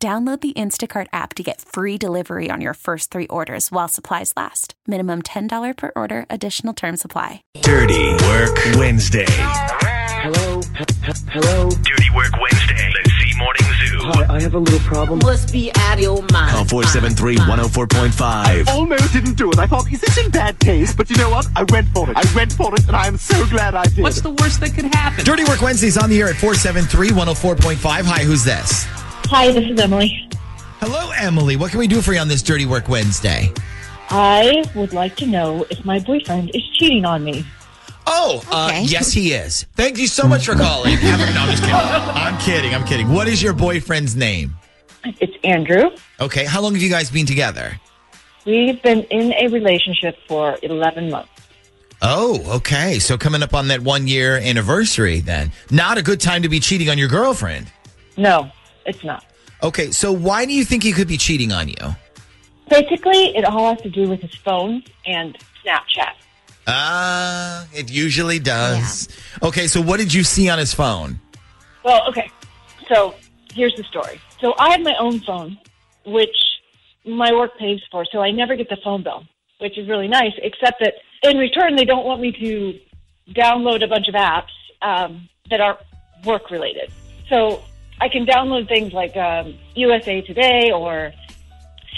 Download the Instacart app to get free delivery on your first three orders while supplies last. Minimum $10 per order, additional term supply. Dirty Work Wednesday. Hello, he- he- hello. Dirty Work Wednesday. Let's see Morning Zoo. Hi, I have a little problem. must be out of your mind. Call 473-104.5. almost didn't do it. I thought, is this in bad taste? But you know what? I went for it. I went for it, and I am so glad I did. What's the worst that could happen? Dirty Work Wednesday's on the air at 473-104.5. Hi, who's this? Hi, this is Emily. Hello, Emily. What can we do for you on this Dirty Work Wednesday? I would like to know if my boyfriend is cheating on me. Oh, uh, yes, he is. Thank you so much for calling. Have a- no, I'm just kidding. I'm kidding. I'm kidding. What is your boyfriend's name? It's Andrew. Okay, how long have you guys been together? We've been in a relationship for 11 months. Oh, okay. So coming up on that one year anniversary then. Not a good time to be cheating on your girlfriend. No, it's not. Okay, so why do you think he could be cheating on you? Basically, it all has to do with his phone and Snapchat. Ah, it usually does. Okay, so what did you see on his phone? Well, okay. So here's the story. So I have my own phone, which my work pays for, so I never get the phone bill, which is really nice, except that in return, they don't want me to download a bunch of apps um, that aren't work related. So I can download things like um, USA Today or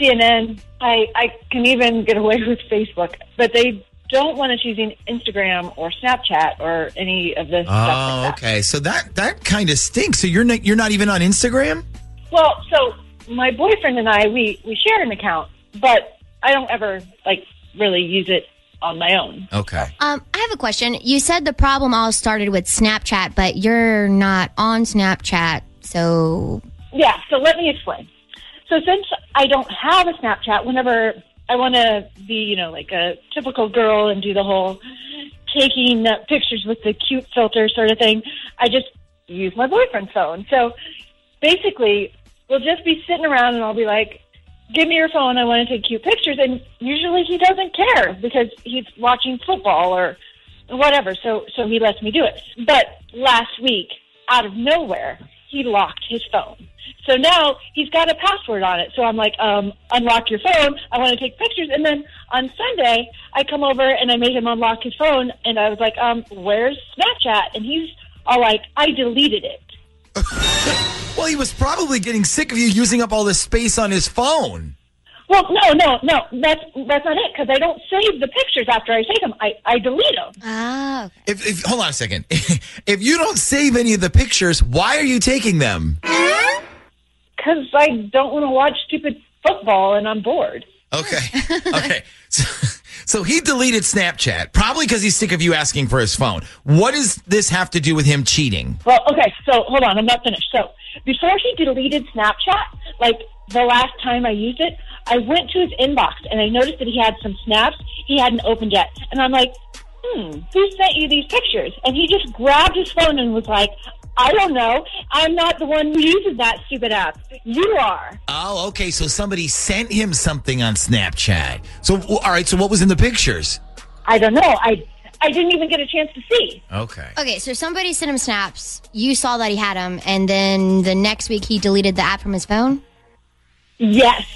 CNN. I, I can even get away with Facebook, but they don't want us using Instagram or Snapchat or any of this stuff. like Oh, that. okay. So that that kind of stinks. So you're not you're not even on Instagram? Well, so my boyfriend and I, we, we share an account, but I don't ever like really use it on my own. Okay. Um, I have a question. You said the problem all started with Snapchat, but you're not on Snapchat, so Yeah, so let me explain. So since I don't have a Snapchat, whenever I want to be, you know, like a typical girl and do the whole taking uh, pictures with the cute filter sort of thing, I just use my boyfriend's phone. So basically, we'll just be sitting around and I'll be like, give me your phone. I want to take cute pictures. And usually he doesn't care because he's watching football or whatever. So, so he lets me do it. But last week, out of nowhere, he locked his phone. So now he's got a password on it. So I'm like, um, unlock your phone. I want to take pictures. And then on Sunday, I come over and I made him unlock his phone. And I was like, um, where's Snapchat? And he's all like, I deleted it. Well, he was probably getting sick of you using up all this space on his phone. Well, no, no, no. That's that's not it because I don't save the pictures after I take them. I, I delete them. ah, okay. If, if hold on a second. if you don't save any of the pictures, why are you taking them? 'Cause because I don't want to watch stupid football and I'm bored. Okay. Okay. So, so he deleted Snapchat, probably because he's sick of you asking for his phone. What does this have to do with him cheating? Well, okay, so hold on, I'm not finished. So before he deleted Snapchat, like the last time I used it, I went to his inbox and I noticed that he had some snaps he hadn't opened yet. And I'm like, hmm, who sent you these pictures? And he just grabbed his phone and was like, I don't know. I'm not the one who uses that stupid app. You are. Oh, okay. So somebody sent him something on Snapchat. So, w- all right. So, what was in the pictures? I don't know. I I didn't even get a chance to see. Okay. Okay, so somebody sent him snaps. You saw that he had them, and then the next week he deleted the app from his phone. Yes.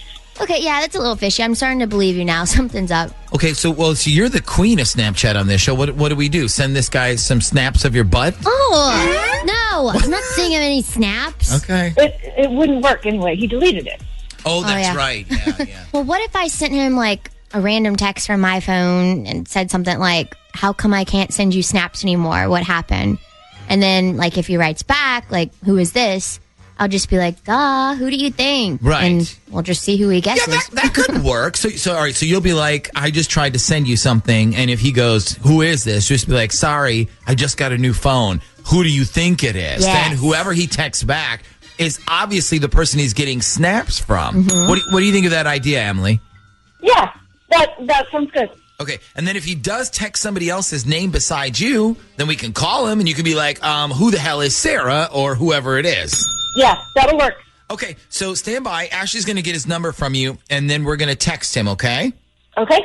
Okay, yeah, that's a little fishy. I'm starting to believe you now. Something's up. Okay. So, well, so you're the queen of Snapchat on this show. What, what do we do? Send this guy some snaps of your butt? Oh no, I'm not seeing him any snaps. Okay. It it wouldn't work anyway. He deleted it. Oh, that's yeah. right. Yeah, yeah. Well, what if I sent him like a random text from my phone and said something like, "How come I can't send you snaps anymore? What happened?" And then like if he writes back, like, "Who is this?" I'll just be like, "Duh, who do you think?" Right. And we'll just see who he Yeah, guesses. that, that could work. So, so all right. So you'll be like, I just tried to send you something, and if he goes, "Who is this?" Just be like, "Sorry, I just got a new phone. Who do you think it is?" Yes. Then whoever he texts back, is obviously the person he's getting snaps from. What, do, what do you think of that idea, Emily? Yeah, that that sounds good. Okay, and then if he does text somebody else's name beside you, then we can call him and you can be like, um, who the hell is Sarah or whoever it is. Yeah, that'll work. Okay, so stand by. Ashley's going to get his number from you and then we're going to text him, okay? Okay,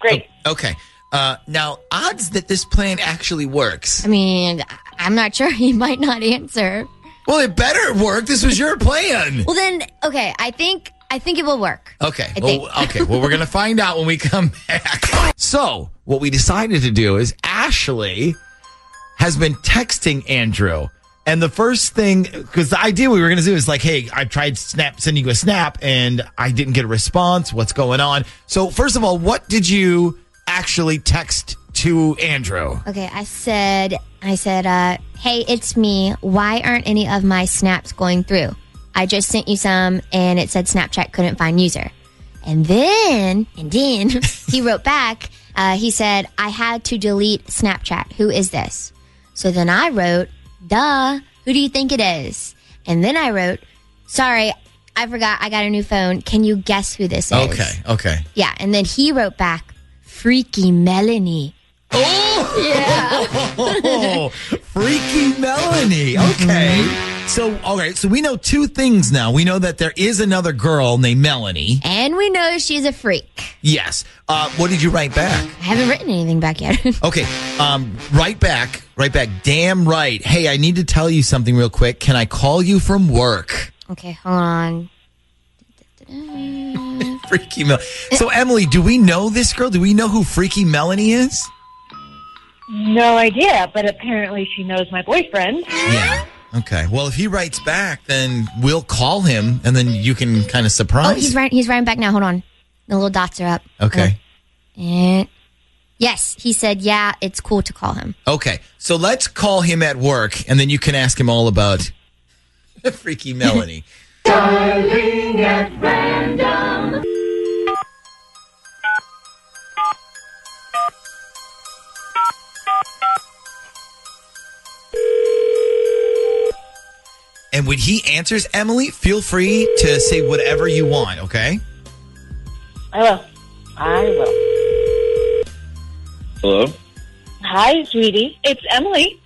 great. Okay. Uh, now, odds that this plan actually works. I mean, I- I'm not sure. He might not answer. Well, it better work. This was your plan. Well, then, okay. I think I think it will work. Okay. I Well, think. okay. Well, we're going to find out when we come back. So, what we decided to do is Ashley has been texting Andrew. And the first thing, because the idea we were going to do is like, hey, I tried snap sending you a snap and I didn't get a response. What's going on? So, first of all, what did you actually text to Andrew? Okay. I said I said, uh, hey, it's me. Why aren't any of my snaps going through? I just sent you some, and it said Snapchat couldn't find user. And then and then he wrote back. Uh, he said I had to delete Snapchat. Who is this? So then I wrote, duh, who do you think it is? And then I wrote, sorry, I forgot I got a new phone. Can you guess who this is? Okay. Yeah, and then he wrote back, "Freaky Melanie." Oh, freaky Melanie. Okay. So, all right. So we know two things now. We know that there is another girl named Melanie. And we know she's a freak. Yes. Uh, what did you write back? I haven't written anything back yet. Okay. Um, right back. Right back. Damn right. Hey, I need to tell you something real quick. Can I call you from work? okay, hold on. Freaky Mel. So, Emily, do we know this girl? Do we know who Freaky Melanie is? No idea, but apparently she knows my boyfriend. Yeah. Okay. Well, if he writes back, then we'll call him, and then you can kind of Oh, surprise. he's writing. He's writing back now. Hold on. The little dots are up. Okay. And yes, he said, "Yeah, it's cool to call him." Okay, so let's call him at work, and then you can ask him all about Freaky Melanie. And when he answers, Emily, feel free to say whatever you want, okay? I will. I will. Hello. Hi, sweetie. It's Emily.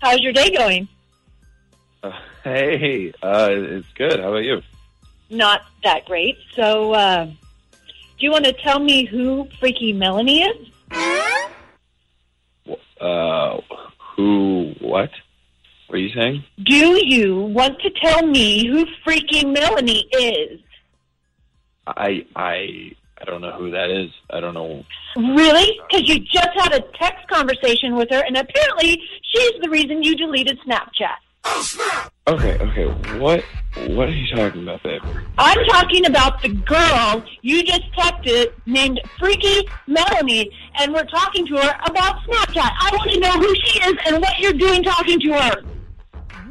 How's your day going? Uh, hey, uh, it's good. How about you? Not that great. So, uh, do you want to tell me who Freaky Melanie is? Uh, who? What? What are you saying? Do you want to tell me who Freaky Melanie is? I I I don't know who that is. I don't know. Really? Because you just had a text conversation with her, and apparently she's the reason you deleted Snapchat. Okay, okay. What What are you talking about, babe? I'm talking about the girl you just texted named Freaky Melanie, and we're talking to her about Snapchat. I want to know who she is and what you're doing talking to her.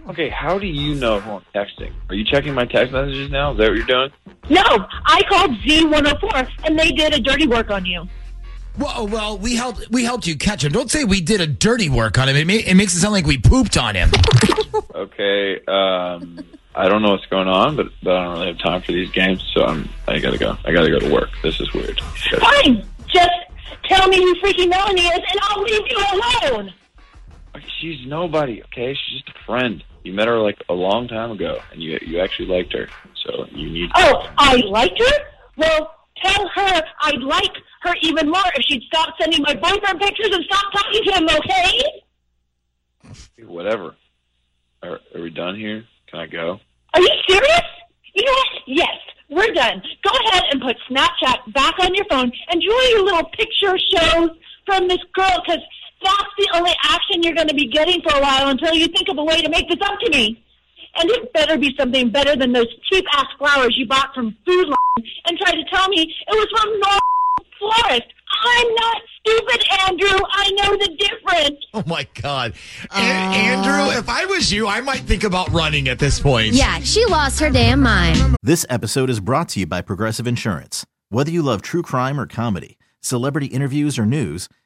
Okay, how do you know who I'm texting? Are you checking my text messages now? Is that what you're doing? No, I called Z104, and they did a dirty work on you. Well, well, we helped. We helped you catch him. Don't say we did a dirty work on him. It, ma- it makes it sound like we pooped on him. Okay. Um, I don't know what's going on, but, but I don't really have time for these games, so I'm I gotta go. I gotta go to work. This is weird. Fine, just tell me who Freaky Melanie is, and I'll leave you alone. She's nobody, okay? She's just a friend. You met her like a long time ago, and you you actually liked her, so you need. Oh, I like her? Well, tell her I'd like her even more if she'd stop sending my boyfriend pictures and stop talking to him, okay? whatever. Are, are we done here? Can I go? Are you serious? You know what? Yes, we're done. Go ahead and put Snapchat back on your phone. Enjoy your little picture shows from this girl because that's the only action you're going to be getting for a while until you think of a way to make this up to me. And it better be something better than those cheap ass flowers you bought from Food Line and try to tell me it was from North Florist. I'm not stupid, Andrew. I know the difference. Oh my God, A- Andrew! If I was you, I might think about running at this point. Yeah, she lost her damn mind. This episode is brought to you by Progressive Insurance. Whether you love true crime or comedy, celebrity interviews or news,